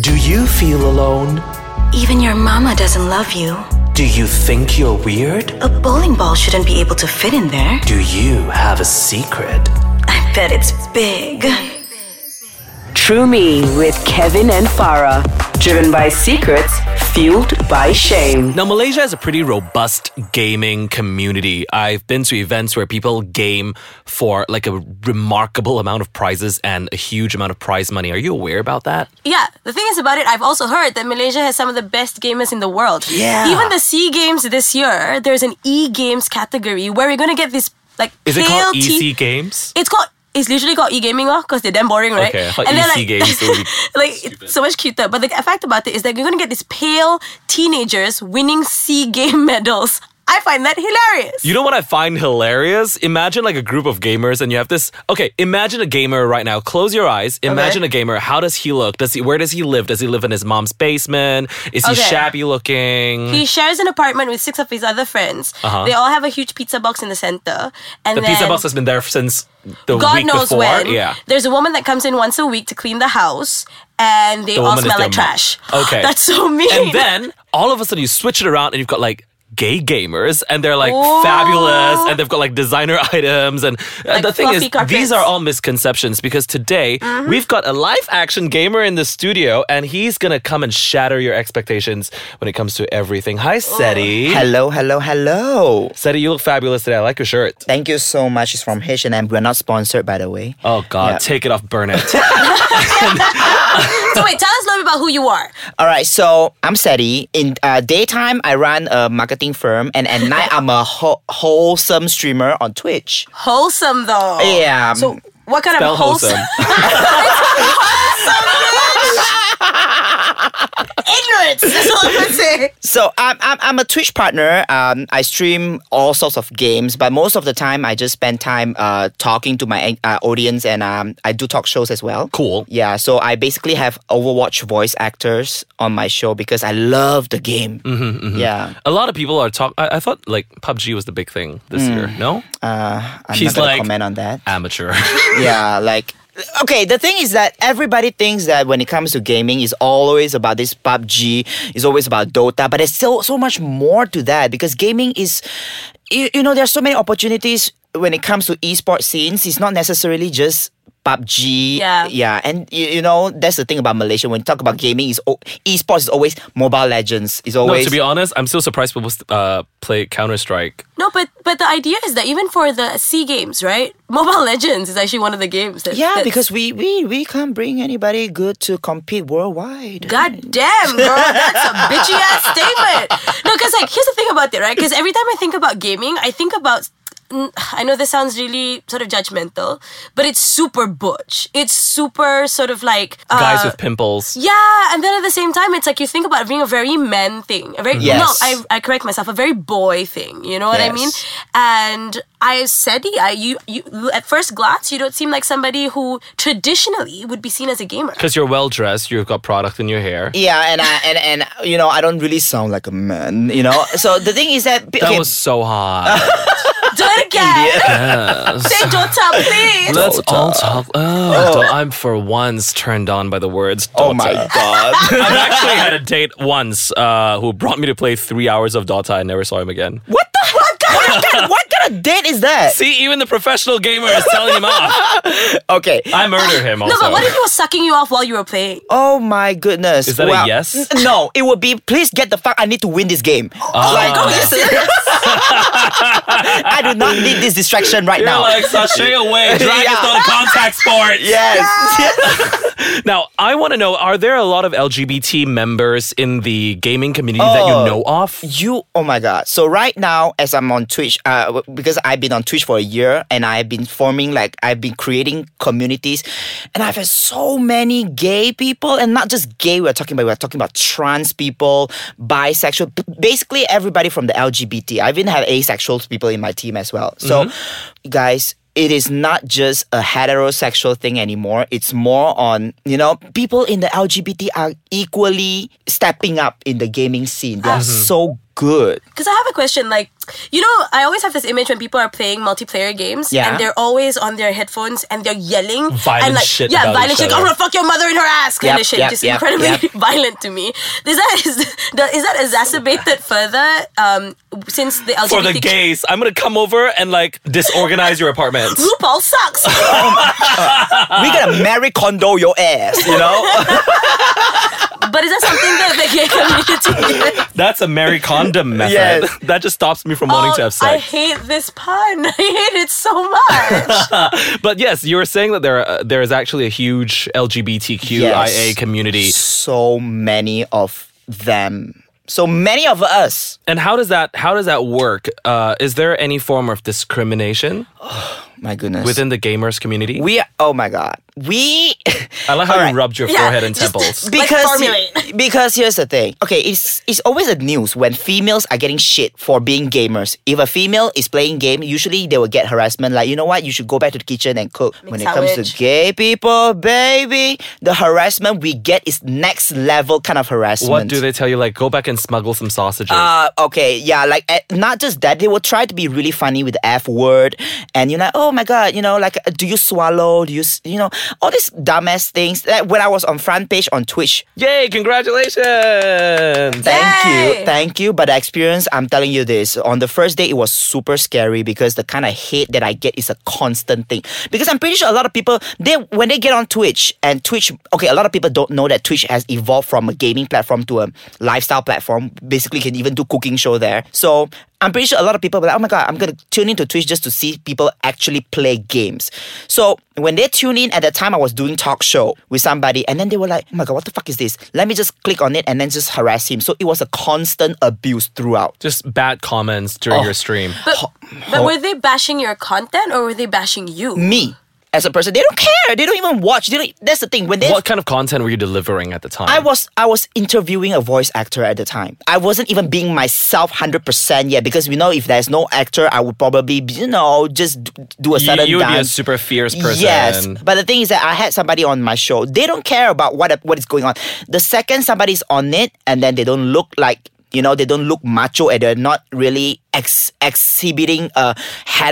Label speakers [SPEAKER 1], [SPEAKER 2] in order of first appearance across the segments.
[SPEAKER 1] Do you feel alone?
[SPEAKER 2] Even your mama doesn't love you.
[SPEAKER 1] Do you think you're weird?
[SPEAKER 2] A bowling ball shouldn't be able to fit in there.
[SPEAKER 1] Do you have a secret?
[SPEAKER 2] I bet it's big.
[SPEAKER 3] True Me with Kevin and Farah. Driven by secrets, fueled by shame.
[SPEAKER 4] Now, Malaysia has a pretty robust gaming community. I've been to events where people game for like a remarkable amount of prizes and a huge amount of prize money. Are you aware about that?
[SPEAKER 5] Yeah, the thing is about it, I've also heard that Malaysia has some of the best gamers in the world.
[SPEAKER 4] Yeah.
[SPEAKER 5] Even the SEA Games this year, there's an E Games category where we're going to get this, like,
[SPEAKER 4] Is it
[SPEAKER 5] pale
[SPEAKER 4] called E
[SPEAKER 5] tea-
[SPEAKER 4] EC Games?
[SPEAKER 5] It's called. It's literally called e-gaming, because they're damn boring, right?
[SPEAKER 4] Okay, I thought EC games would be
[SPEAKER 5] like it's so much cuter. But the fact about it is that you're gonna get these pale teenagers winning sea game medals. I find that hilarious.
[SPEAKER 4] You know what I find hilarious? Imagine like a group of gamers and you have this. Okay, imagine a gamer right now. Close your eyes. Imagine a gamer. How does he look? Does he where does he live? Does he live in his mom's basement? Is he
[SPEAKER 5] Okay.
[SPEAKER 4] shabby looking?
[SPEAKER 5] He shares an apartment with six of his other friends. They all have a huge pizza box in the center, and
[SPEAKER 4] Uh-huh. the
[SPEAKER 5] then
[SPEAKER 4] pizza box has been there since the
[SPEAKER 5] God
[SPEAKER 4] week
[SPEAKER 5] knows
[SPEAKER 4] before.
[SPEAKER 5] when.
[SPEAKER 4] Yeah.
[SPEAKER 5] There's a woman that comes in once a week to clean the house, and they
[SPEAKER 4] The
[SPEAKER 5] all
[SPEAKER 4] woman is
[SPEAKER 5] smell
[SPEAKER 4] their
[SPEAKER 5] like
[SPEAKER 4] mom.
[SPEAKER 5] trash.
[SPEAKER 4] Okay.
[SPEAKER 5] that's so mean.
[SPEAKER 4] And then all of a sudden you switch it around and you've got like gay gamers and they're like fabulous and they've got like designer items and and the thing is
[SPEAKER 5] fluffy carpets. Mm-hmm.
[SPEAKER 4] these are all misconceptions because today we've got a live action gamer in the studio and he's going to come and shatter your expectations when it comes to everything.
[SPEAKER 5] Oh.
[SPEAKER 4] Hi Seti.
[SPEAKER 6] Hello, hello, hello.
[SPEAKER 4] Seti, you look fabulous today. I like your shirt.
[SPEAKER 6] Thank you so much. It's from H&M. We're not sponsored, by the way.
[SPEAKER 4] Oh god,
[SPEAKER 6] Yeah.
[SPEAKER 4] take it off, burn it.
[SPEAKER 5] so wait, tell us a little bit about who you are.
[SPEAKER 6] All right, so I'm Seti. In uh, daytime, I run a marketing firm, and at night, I'm a wh- wholesome streamer on Twitch.
[SPEAKER 5] Wholesome though.
[SPEAKER 6] Yeah. um,
[SPEAKER 5] So what kind
[SPEAKER 4] Spell
[SPEAKER 5] of wholesome?
[SPEAKER 4] wholesome.
[SPEAKER 5] ignorance. That's all I'm gonna say.
[SPEAKER 6] So I'm, I'm, I'm a Twitch partner. Um, I stream all sorts of games, but most of the time, I just spend time uh, talking to my uh, audience, and um, I do talk shows as well.
[SPEAKER 4] Cool.
[SPEAKER 6] Yeah, so I basically have Overwatch voice actors on my show because I love the game. Mm-hmm, Yeah.
[SPEAKER 4] A lot of people are talk. I, I thought like PUBG was the big thing this year. No,
[SPEAKER 6] I'm
[SPEAKER 4] She's
[SPEAKER 6] not gonna
[SPEAKER 4] like-
[SPEAKER 6] comment on that.
[SPEAKER 4] amateur.
[SPEAKER 6] yeah, like okay, the thing is that everybody thinks that when it comes to gaming it's always about this PUBG, it's always about Dota, but there's still so much more to that because gaming is you, you know, there's so many opportunities when it comes to esports scenes. It's not necessarily just PUBG.
[SPEAKER 5] Yeah.
[SPEAKER 6] Yeah. And you, you know, that's the thing about Malaysia. When you talk about gaming, is esports is always mobile legends. It's
[SPEAKER 4] no,
[SPEAKER 6] always
[SPEAKER 4] to be honest, I'm still surprised people uh, play Counter Strike.
[SPEAKER 5] No, but but the idea is that even for the C games, right? Mobile Legends is actually one of the games. That,
[SPEAKER 6] Yeah,
[SPEAKER 5] that's-
[SPEAKER 6] because we, we we can't bring anybody good to compete worldwide.
[SPEAKER 5] God damn, girl, that's a bitchy ass statement. No, because like here's the thing about it, right? Because every time I think about gaming, I think about. mm, I know this sounds really sort of judgmental, but it's super butch. It's super sort of like uh,
[SPEAKER 4] Guys with pimples.
[SPEAKER 5] Yeah, and then at the same time, it's like you think about it being a very man thing. A very
[SPEAKER 6] Yes.
[SPEAKER 5] no, I, I correct myself, a very boy thing. You know what I mean?
[SPEAKER 6] Yes.
[SPEAKER 5] And I said, I you you at first glance, you don't seem like somebody who traditionally would be seen as a gamer.
[SPEAKER 4] Because you're well dressed, you've got product in your hair.
[SPEAKER 6] Yeah, and I and and you know I don't really sound like a man, you know. So the thing is that
[SPEAKER 4] That
[SPEAKER 6] okay,
[SPEAKER 4] was so hot.
[SPEAKER 5] Do it again. Say Jota, please.
[SPEAKER 4] Let's all talk. Oh, do- I'm for once turned on by the words. Dota.
[SPEAKER 6] oh my god,
[SPEAKER 4] I've actually had a date once uh, who brought me to play three hours of Dota. I never saw him again.
[SPEAKER 6] what the what kind, what, kind, what kind of date is that?
[SPEAKER 4] See, even the professional gamer is telling him off.
[SPEAKER 6] Okay,
[SPEAKER 4] I murder him
[SPEAKER 5] no,
[SPEAKER 4] also.
[SPEAKER 5] but what if he was sucking you off while you were playing?
[SPEAKER 6] oh my goodness,
[SPEAKER 4] Is that a
[SPEAKER 6] Well,
[SPEAKER 4] yes?
[SPEAKER 6] n- No, it would be please get the fuck. I need to win this game.
[SPEAKER 4] Ah.
[SPEAKER 6] like that's- I do not need this distraction right
[SPEAKER 4] you're
[SPEAKER 6] now.
[SPEAKER 4] like sashay away. Drag
[SPEAKER 6] Yeah.
[SPEAKER 4] is not a contact sport.
[SPEAKER 6] yes.
[SPEAKER 4] Now, I want to know: Are there a lot of LGBT members in the gaming community that you know of?
[SPEAKER 6] you oh my god so right now as i'm on twitch uh, w- because i've been on twitch for a year and i've been forming like i've been creating communities and i've had so many gay people and not just gay we're talking about we're talking about trans people bisexual b- basically everybody from the lgbt i even have asexual people in my team as well so guys it is not just a heterosexual thing anymore. It's more on, you know, people in the LGBT are equally stepping up in the gaming scene. They are so good.
[SPEAKER 5] Because I have a question. Like, you know, I always have this image when people are playing multiplayer games
[SPEAKER 6] Yeah.
[SPEAKER 5] and they're always on their headphones and they're yelling.
[SPEAKER 4] Violent
[SPEAKER 5] and like,
[SPEAKER 4] shit
[SPEAKER 5] Yeah,
[SPEAKER 4] about
[SPEAKER 5] violent
[SPEAKER 4] each
[SPEAKER 5] shit.
[SPEAKER 4] other.
[SPEAKER 5] I'm gonna fuck your mother in her ass kind
[SPEAKER 6] Yep,
[SPEAKER 5] of shit.
[SPEAKER 6] yep,
[SPEAKER 5] just
[SPEAKER 6] yep,
[SPEAKER 5] incredibly
[SPEAKER 6] yep.
[SPEAKER 5] violent to me. Is that, is, is that exacerbated further um, since the LGBT
[SPEAKER 4] For the gays, I'm gonna come over and like disorganize your apartment.
[SPEAKER 5] RuPaul sucks.
[SPEAKER 6] we gonna marry condo your ass, you know?
[SPEAKER 5] but is that something that the gay community
[SPEAKER 4] That's a Mary condom method.
[SPEAKER 6] Yes. Oh,
[SPEAKER 4] That just stops me from wanting to have
[SPEAKER 5] Oh, I
[SPEAKER 4] sex.
[SPEAKER 5] hate this pun. I hate it so much.
[SPEAKER 4] But yes, you were saying that there uh, there is actually a huge LGBTQIA
[SPEAKER 6] Yes.
[SPEAKER 4] community.
[SPEAKER 6] so many of them. So many of us.
[SPEAKER 4] And how does that how does that work? Uh, is there any form of discrimination
[SPEAKER 6] My goodness.
[SPEAKER 4] within the gamers community?
[SPEAKER 6] we are, oh my god. We
[SPEAKER 4] I like how
[SPEAKER 6] Alright.
[SPEAKER 4] you rubbed your
[SPEAKER 5] Yeah,
[SPEAKER 4] forehead and
[SPEAKER 5] just-
[SPEAKER 4] temples.
[SPEAKER 5] Like
[SPEAKER 6] because
[SPEAKER 5] formulate.
[SPEAKER 6] because here's the thing. Okay, it's it's always the news when females are getting shit for being gamers. If a female is playing game, usually they will get harassment. Like you know what, you should go back to the kitchen and cook. when it comes
[SPEAKER 5] sandwich.
[SPEAKER 6] to gay people, baby, the harassment we get is next level kind of harassment.
[SPEAKER 4] What do they tell you? Like, go back and smuggle some sausages.
[SPEAKER 6] Uh, okay, yeah, like eh, not just that, they will try to be really funny with the F word, and you're like, oh my god, you know, like, uh, do you swallow? Do you, s- you know, all these dumbass things. Like when I was on front page on Twitch,
[SPEAKER 4] Yay! Congratulations.
[SPEAKER 6] thank
[SPEAKER 5] Yay!
[SPEAKER 6] you, thank you. But the experience, I'm telling you this, on the first day, it was super scary because the kind of hate that I get is a constant thing. Because I'm pretty sure a lot of people, they when they get on Twitch and Twitch, okay, a lot of people don't know that Twitch has evolved from a gaming platform to a lifestyle platform. Basically, can even do cooking show there. So I'm pretty sure a lot of people are like, oh my god, I'm gonna tune into Twitch just to see people actually play games. So when they tune in, at the time I was doing talk show with somebody, and then they were like, oh my god, what the fuck is this? Let me just click on it and then just harass him. So it was a constant abuse throughout.
[SPEAKER 4] Just bad comments
[SPEAKER 6] Oh.
[SPEAKER 4] during your stream.
[SPEAKER 5] But, but were they bashing your content or were they bashing you?
[SPEAKER 6] Me as a person, they don't care. They don't even watch. They don't, that's the thing. When they
[SPEAKER 4] What kind of content were you delivering at the time?
[SPEAKER 6] I was I was interviewing a voice actor at the time. I wasn't even being myself hundred percent yet because we know if there's no actor, I would probably be, you know just d- do a
[SPEAKER 4] You-
[SPEAKER 6] certain
[SPEAKER 4] you would be a
[SPEAKER 6] dance.
[SPEAKER 4] super fierce person.
[SPEAKER 6] Yes, but the thing is that I had somebody on my show. They don't care about what what is going on. The second somebody's on it, and then they don't look like. You know, they don't look macho and they're not really ex- exhibiting a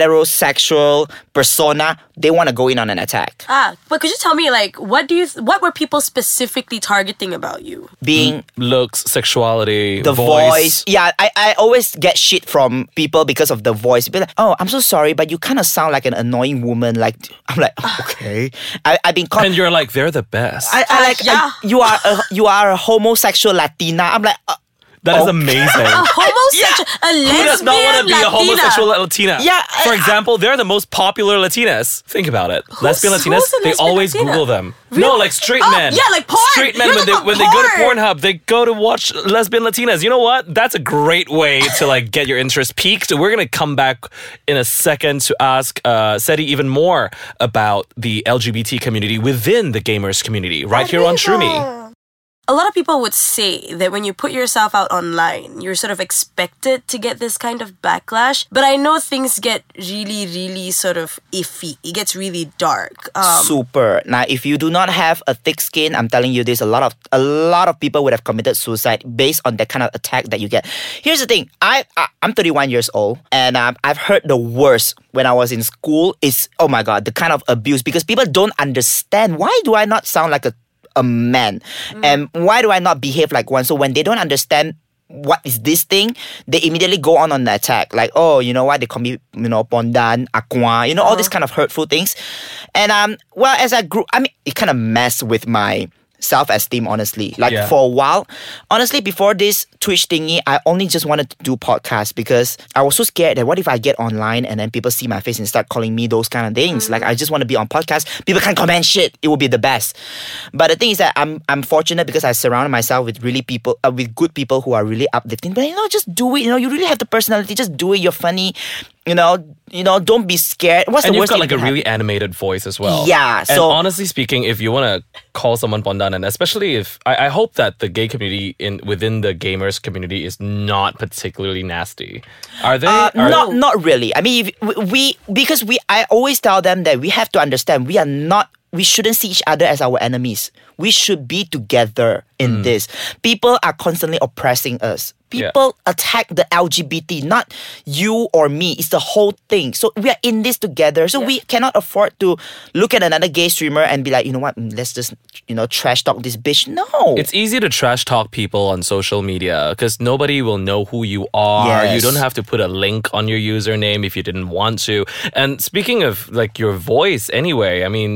[SPEAKER 6] heterosexual persona. They want to go in on an attack.
[SPEAKER 5] Ah, but could you tell me like what do you what were people specifically targeting about you?
[SPEAKER 6] Being
[SPEAKER 4] Looks, sexuality,
[SPEAKER 6] the voice. Yeah, I, I always get shit from people because of the voice. Be like, oh, I'm so sorry, but you kind of sound like an annoying woman. Like, I'm like, "Oh, okay. I, I've been called.
[SPEAKER 4] And you're like, they're the best.
[SPEAKER 6] I, I
[SPEAKER 5] Uh,
[SPEAKER 6] like
[SPEAKER 5] yeah.
[SPEAKER 6] I- you are a, you are a homosexual Latina. I'm like, uh,
[SPEAKER 4] That is
[SPEAKER 6] Oh.
[SPEAKER 5] A
[SPEAKER 4] amazing.
[SPEAKER 5] homosexual, a lesbian
[SPEAKER 4] Who does not want to be
[SPEAKER 5] Latina.
[SPEAKER 4] a homosexual Latina?
[SPEAKER 6] Yeah, I-
[SPEAKER 4] For example, they're the most popular Latinas. Think about it. lesbian
[SPEAKER 5] who's
[SPEAKER 4] Latinas,
[SPEAKER 5] a
[SPEAKER 4] they
[SPEAKER 5] lesbian
[SPEAKER 4] always
[SPEAKER 5] Latina?
[SPEAKER 4] Google them. No,
[SPEAKER 5] Really?
[SPEAKER 4] like straight
[SPEAKER 5] Oh,
[SPEAKER 4] men.
[SPEAKER 5] yeah, like porn.
[SPEAKER 4] Straight men
[SPEAKER 5] You
[SPEAKER 4] when they
[SPEAKER 5] look at
[SPEAKER 4] when they go to
[SPEAKER 5] porn.
[SPEAKER 4] Pornhub, they go to watch lesbian Latinas. You know what? That's a great way to like get your interest peaked. We're gonna come back in a second to ask uh, Seti even more about the LGBT community within the gamers community, right here on Shroomy.
[SPEAKER 5] A lot of people would say that when you put yourself out online, you're sort of expected to get this kind of backlash. But I know things get really, really sort of iffy. It gets really dark. Um,
[SPEAKER 6] super. Now, if you do not have a thick skin, I'm telling you this: a lot of a lot of people would have committed suicide based on that kind of attack that you get. Here's the thing: I, I I'm 31 years old, and um, I've heard the worst when I was in school. Is oh my god, the kind of abuse because people don't understand why do I not sound like a a man, and why do I not behave like one? So when they don't understand what is this thing? They immediately go on an attack, like oh, you know what? They call me, you know, pondan, aqua, you know, all these kind of hurtful things. And um, well, as I grew, I mean, it kind of messed with my self-esteem, honestly. Like
[SPEAKER 4] Yeah.
[SPEAKER 6] for a while, honestly, before this Twitch thingy, I only just wanted to do podcasts because I was so scared that what if I get online and then people see my face and start calling me those kind of things. Like I just want to be on podcast. People can comment shit. It would be the best. But the thing is that I'm I'm fortunate because I surrounded myself with really people uh, with good people who are really uplifting. But you know, just do it. You know, you really have the personality. Just do it. You're funny. You know, you know, don't be scared. What's
[SPEAKER 4] and
[SPEAKER 6] the
[SPEAKER 4] you've
[SPEAKER 6] worst
[SPEAKER 4] got
[SPEAKER 6] thing
[SPEAKER 4] like
[SPEAKER 6] that
[SPEAKER 4] a
[SPEAKER 6] can happen?
[SPEAKER 4] really animated voice as well.
[SPEAKER 6] Yeah,
[SPEAKER 4] And
[SPEAKER 6] so-
[SPEAKER 4] honestly speaking, if you want to call someone bondan, and especially if I, I hope that the gay community in within the gamers community is not particularly nasty. Are they?
[SPEAKER 6] Uh,
[SPEAKER 4] are-
[SPEAKER 6] not not really. I mean, if we- we because we I always tell them that we have to understand we are not we shouldn't see each other as our enemies. We should be together in this. People are constantly oppressing us.
[SPEAKER 4] Mm. Yeah.
[SPEAKER 6] People attack the LGBT, not you or me. It's the whole thing. So we are in this together. So we cannot afford to look at another gay streamer and be like, you know what? Mm, Let's just you know trash talk this bitch. No,
[SPEAKER 4] It's easy to trash talk people on social media because nobody will know who you are. You
[SPEAKER 6] Yes.
[SPEAKER 4] don't have to put a link on your username if you didn't want to. And speaking of like your voice, anyway, I mean,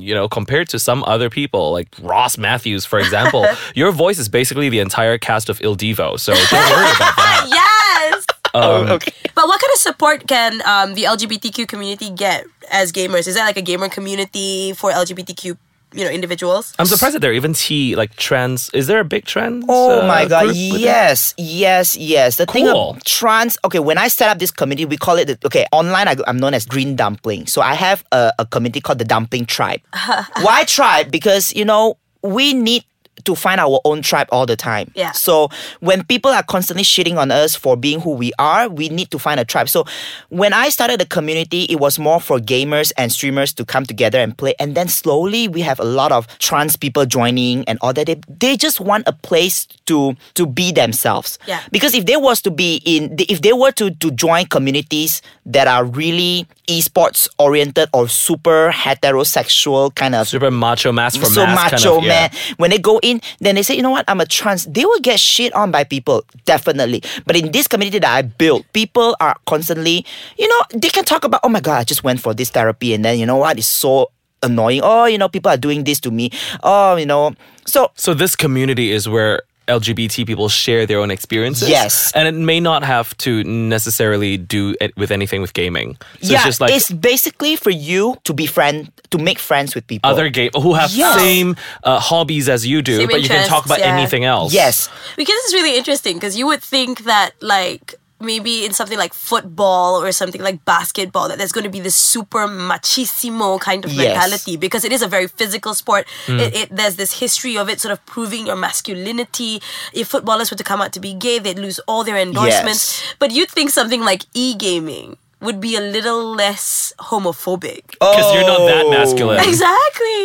[SPEAKER 4] you know, compared to some other people, like Ross Matthews, for example, your voice is basically the entire cast of Il Divo. So don't worry about that.
[SPEAKER 5] yes.
[SPEAKER 4] Um,
[SPEAKER 5] But what kind of support can um, the LGBTQ community get as gamers? Is that like a gamer community for LGBTQ, you know, individuals?
[SPEAKER 4] I'm surprised that there are even T like trans. Is there a big trans?
[SPEAKER 6] Oh
[SPEAKER 4] uh,
[SPEAKER 6] my god!
[SPEAKER 4] group with that?
[SPEAKER 6] Yes, yes, yes. The thing
[SPEAKER 4] Cool.
[SPEAKER 6] of trans. Okay, when I set up this community, we call it the, okay online. I, I'm known as Green Dumpling. So I have a, a community called the Dumpling Tribe. Why tribe? Because you know we need to find our own tribe all the time.
[SPEAKER 5] Yeah.
[SPEAKER 6] So when people are constantly shitting on us for being who we are, we need to find a tribe. So when I started the community, it was more for gamers and streamers to come together and play. And then slowly we have a lot of trans people joining and all that. They, they just want a place to to be themselves.
[SPEAKER 5] Yeah.
[SPEAKER 6] Because if they was to be in if they were to to join communities that are really esports oriented or super heterosexual kind of
[SPEAKER 4] Super macho mass for
[SPEAKER 6] so
[SPEAKER 4] mass kind
[SPEAKER 6] macho
[SPEAKER 4] of, yeah.
[SPEAKER 6] man. When they go in, then they say, you know what, I'm a trans. They will get shit on by people, definitely. But in this community that I built, people are constantly, you know, they can talk about, oh my god, I just went for this therapy, and then you know what, it's so annoying. Oh, you know, people are doing this to me. Oh, you know, so
[SPEAKER 4] So this community is where LGBT people share their own experiences.
[SPEAKER 6] Yes.
[SPEAKER 4] and it may not have to necessarily do it with anything with gaming. So
[SPEAKER 6] yeah,
[SPEAKER 4] it's just like
[SPEAKER 6] it's basically for you to be friend to make friends with people.
[SPEAKER 4] other gay who have
[SPEAKER 6] Yes.
[SPEAKER 4] same uh, hobbies as you do,
[SPEAKER 5] Same
[SPEAKER 4] but you can talk
[SPEAKER 5] interests,
[SPEAKER 4] about
[SPEAKER 5] yeah.
[SPEAKER 4] anything else.
[SPEAKER 6] yes,
[SPEAKER 5] Because it's really interesting because you would think that like maybe in something like football or something like basketball that there's going to be this super machismo kind of
[SPEAKER 6] Yes.
[SPEAKER 5] mentality because it is a very physical sport
[SPEAKER 4] Mm.
[SPEAKER 5] it, it there's this history of it sort of proving your masculinity if footballers were to come out to be gay they'd lose all their endorsements but you'd think something like e-gaming would be a little less homophobic
[SPEAKER 4] because you're not that masculine.
[SPEAKER 5] exactly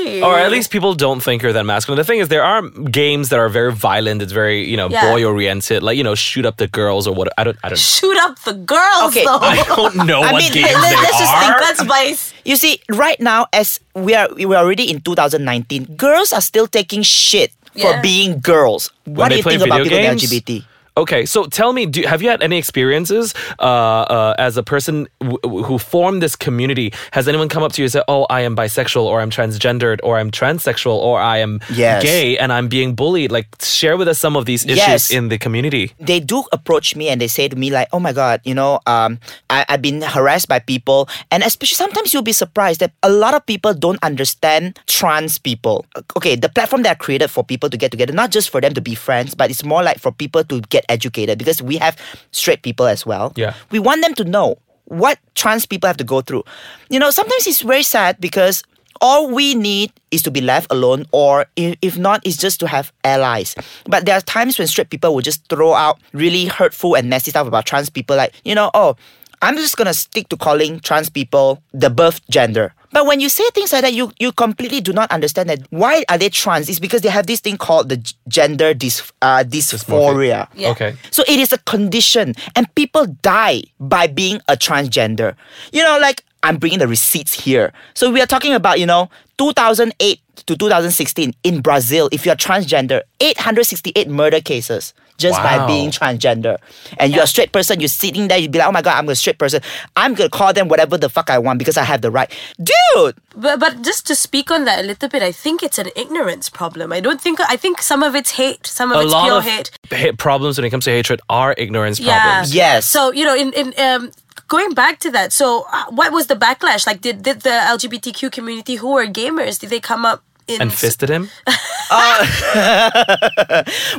[SPEAKER 4] Oh.
[SPEAKER 6] Oh.
[SPEAKER 4] Or at least people don't think you're that masculine. The thing is, there are games that are very violent. It's very you know
[SPEAKER 5] Yeah.
[SPEAKER 4] boy oriented, like you know shoot up the girls or what. I don't. I don't.
[SPEAKER 5] shoot up the girls
[SPEAKER 6] Okay,
[SPEAKER 5] though
[SPEAKER 4] I don't know
[SPEAKER 6] I
[SPEAKER 4] what
[SPEAKER 6] mean,
[SPEAKER 4] games
[SPEAKER 6] let- let-
[SPEAKER 4] they
[SPEAKER 6] let's just
[SPEAKER 4] are.
[SPEAKER 6] think
[SPEAKER 5] that's vice
[SPEAKER 6] You see, right now, as we are we are already in 2019, girls are still taking shit for
[SPEAKER 5] Yeah.
[SPEAKER 6] being girls. what
[SPEAKER 4] they
[SPEAKER 6] do you
[SPEAKER 4] play
[SPEAKER 6] think about
[SPEAKER 4] video
[SPEAKER 6] people
[SPEAKER 4] games?
[SPEAKER 6] in LGBT?
[SPEAKER 4] Okay, so tell me, do, have you had any experiences uh, uh, as a person w- w- who formed this community? Has anyone come up to you and said, "Oh, I am bisexual, or I'm transgendered, or I'm transsexual, or I am
[SPEAKER 6] Yes.
[SPEAKER 4] gay, and I'm being bullied"? Like, share with us some of these issues
[SPEAKER 6] Yes.
[SPEAKER 4] in the community.
[SPEAKER 6] They do approach me and they say to me like, "Oh my god, you know, um, I, I've been harassed by people, and especially sometimes you'll be surprised that a lot of people don't understand trans people. Okay, the platform that are created for people to get together, not just for them to be friends, but it's more like for people to get educated because we have straight people as well.
[SPEAKER 4] Yeah.
[SPEAKER 6] we want them to know what trans people have to go through. You know, sometimes it's very sad because all we need is to be left alone, or if, if not, is just to have allies. But there are times when straight people will just throw out really hurtful and nasty stuff about trans people, like, you know, oh, I'm just gonna stick to calling trans people the birth gender. But when you say things like that, you, you completely do not understand that why are they trans? It's because they have this thing called the g- gender dys, uh, dysphoria.
[SPEAKER 5] Yeah.
[SPEAKER 4] Okay.
[SPEAKER 6] So it is a condition, and people die by being a transgender. You know, like I'm bringing the receipts here. So we are talking about, you know, 2008 to 2016 in Brazil, if you're transgender, 868 murder cases just
[SPEAKER 4] Wow.
[SPEAKER 6] by being transgender. And you're a straight person, you're sitting there, you'd be like, oh my God, I'm a straight person. I'm going to call them whatever the fuck I want because I have the right. Dude!
[SPEAKER 5] But but just to speak on that a little bit, I think it's an ignorance problem. I don't think I think some of it's hate, some of
[SPEAKER 4] A
[SPEAKER 5] it's
[SPEAKER 4] lot
[SPEAKER 5] pure
[SPEAKER 4] of
[SPEAKER 5] hate.
[SPEAKER 4] ha- problems when it comes to hatred are ignorance problems.
[SPEAKER 6] Yes.
[SPEAKER 5] So you know, in in um, going back to that, so uh, what was the backlash? Like, did did the LGBTQ community who were gamers did they come up in
[SPEAKER 4] And fisted him.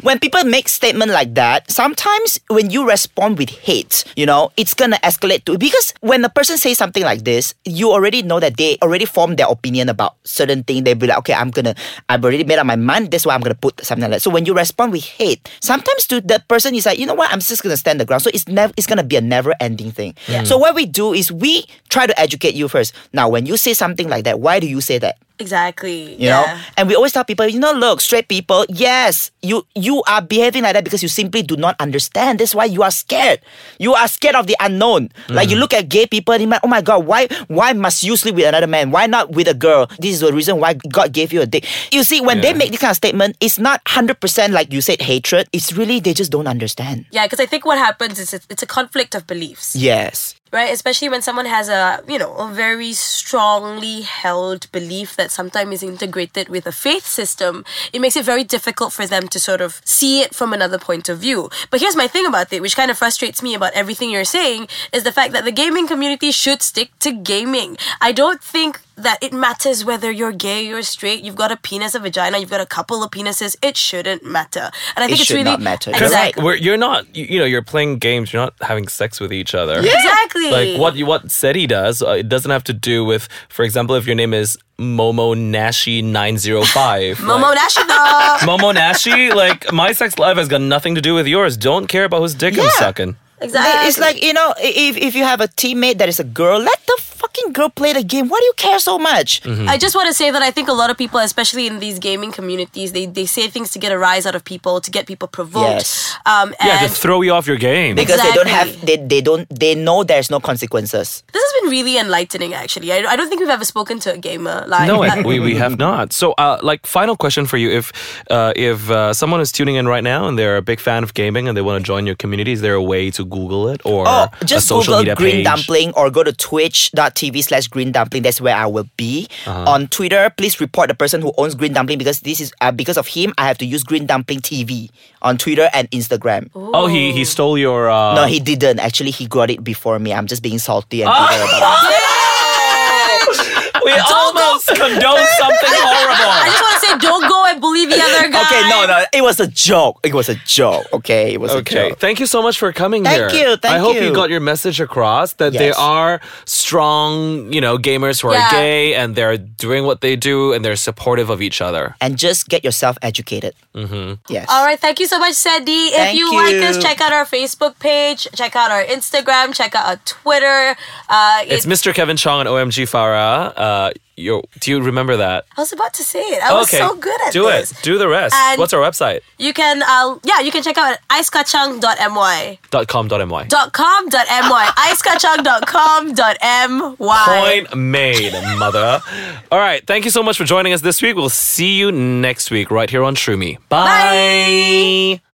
[SPEAKER 6] when people make statement like that, sometimes when you respond with hate, you know, it's gonna escalate to because when a person says something like this, you already know that they already formed their opinion about certain thing. They'll be like, okay, I'm gonna, I've already made up my mind. That's why I'm gonna put something like that. So when you respond with hate, sometimes to that person is like, you know what, I'm just gonna stand the ground. So it's never, it's gonna be a never ending thing. So what we do is we try to educate you first. Now, when you say something like that, why do you say that?
[SPEAKER 5] Exactly.
[SPEAKER 6] you
[SPEAKER 5] yeah.
[SPEAKER 6] know and we always tell people you know look straight people yes you you are behaving like that because you simply do not understand that's why you are scared you are scared of the unknown like you look at gay people and you might oh my god why why must you sleep with another man why not with a girl this is the reason why god gave you a dick you see when they
[SPEAKER 4] Yeah.
[SPEAKER 6] make this kind of statement it's not 100% like you said hatred it's really they just don't understand
[SPEAKER 5] Yeah, because I think what happens is it's, it's a conflict of beliefs,
[SPEAKER 6] yes
[SPEAKER 5] right? Especially when someone has a, you know, a very strongly held belief that sometimes is integrated with a faith system, it makes it very difficult for them to sort of see it from another point of view. But here's my thing about it, which kind of frustrates me about everything you're saying, is the fact that the gaming community should stick to gaming. I don't think that it matters whether you're gay, you're straight, you've got a penis, a vagina, you've got a couple of penises. It shouldn't matter. And I think it's
[SPEAKER 6] should
[SPEAKER 5] really
[SPEAKER 6] not matter. Correct.
[SPEAKER 5] Exactly.
[SPEAKER 4] Where you're not, you, you know, you're playing games. You're not having sex with each other.
[SPEAKER 5] Exactly.
[SPEAKER 4] Like what you, what SETI does, uh, it doesn't have to do with, for example, if your name is Momo Nashi nine zero five.
[SPEAKER 5] Momo Nashi though.
[SPEAKER 4] Momo Nashi, like my sex life has got nothing to do with yours. Don't care about whose dick I'm
[SPEAKER 6] Yeah.
[SPEAKER 4] sucking.
[SPEAKER 5] exactly.
[SPEAKER 6] It's like you know, i- if if you have a teammate that is a girl, let the fucking girl play the game. Why do you care so much?
[SPEAKER 5] I
[SPEAKER 4] Hmm.
[SPEAKER 5] just want to say that I think a lot of people, especially in these gaming communities, they, they say things to get a rise out of people, to get people provoked.
[SPEAKER 6] Yes.
[SPEAKER 5] Um, and
[SPEAKER 4] Yeah, to throw you off your game.
[SPEAKER 6] Because they don't have
[SPEAKER 5] Exactly.
[SPEAKER 6] they, they don't they know there's no consequences.
[SPEAKER 5] this has been really enlightening, actually. I, I don't think we've ever spoken to a gamer. Like,
[SPEAKER 4] No,
[SPEAKER 5] uh,
[SPEAKER 4] I- we, we have not. So, uh, like, final question for you: If uh, if uh, someone is tuning in right now and they're a big fan of gaming and they want to join your community, is there a way to Google it or
[SPEAKER 6] Oh,
[SPEAKER 4] Uh, a
[SPEAKER 6] just
[SPEAKER 4] social
[SPEAKER 6] Google
[SPEAKER 4] media
[SPEAKER 6] Green
[SPEAKER 4] page?
[SPEAKER 6] Dumpling or go to twitch.tv slash Green Dumpling. That's where I will be.
[SPEAKER 4] Uh-huh.
[SPEAKER 6] On Twitter, please report the person who owns Green Dumpling because this is uh, because of him. I have to use Green Dumpling TV on Twitter and Instagram.
[SPEAKER 4] Oh, he he stole your. Uh,
[SPEAKER 6] No, he didn't. Actually, he got it before me. I'm just being salty
[SPEAKER 4] Oh,
[SPEAKER 6] and bitter about it.
[SPEAKER 4] we almost condone something
[SPEAKER 5] I
[SPEAKER 4] horrible.
[SPEAKER 5] just want to say, don't go and bully the other guy.
[SPEAKER 6] Okay, no, no, it was a joke. It was a joke. Okay, it was a
[SPEAKER 4] Okay,
[SPEAKER 6] joke.
[SPEAKER 4] thank you so much for coming here.
[SPEAKER 6] Thank you, thank
[SPEAKER 4] I hope you
[SPEAKER 6] you.
[SPEAKER 4] got your message across that there
[SPEAKER 6] Yes.
[SPEAKER 4] are strong, you know, gamers who are
[SPEAKER 5] Yeah.
[SPEAKER 4] gay and they're doing what they do and they're supportive of each other.
[SPEAKER 6] And just get yourself educated. Mm-hmm. Yes.
[SPEAKER 5] All right, thank you so much, Sadi. If
[SPEAKER 6] Thank
[SPEAKER 5] you, like
[SPEAKER 6] you.
[SPEAKER 5] us, check out our Facebook page, check out our Instagram, check out our Twitter. Uh,
[SPEAKER 4] It's Mr. Kevin Chong and OMG Farah. Uh, yo, do you remember that?
[SPEAKER 5] I was about to say it. I was
[SPEAKER 4] okay,
[SPEAKER 5] so good at
[SPEAKER 4] do
[SPEAKER 5] this.
[SPEAKER 4] it. Do the rest.
[SPEAKER 5] And-
[SPEAKER 4] What's our website?
[SPEAKER 5] You can, uh, yeah, you can check out icekachang.my.
[SPEAKER 4] .com.my.
[SPEAKER 5] dot com dot my icekachang dot com dot my.
[SPEAKER 4] Point made, mother. All right. Thank you so much for joining us this week. We'll see you next week right here on Shroomy. Bye.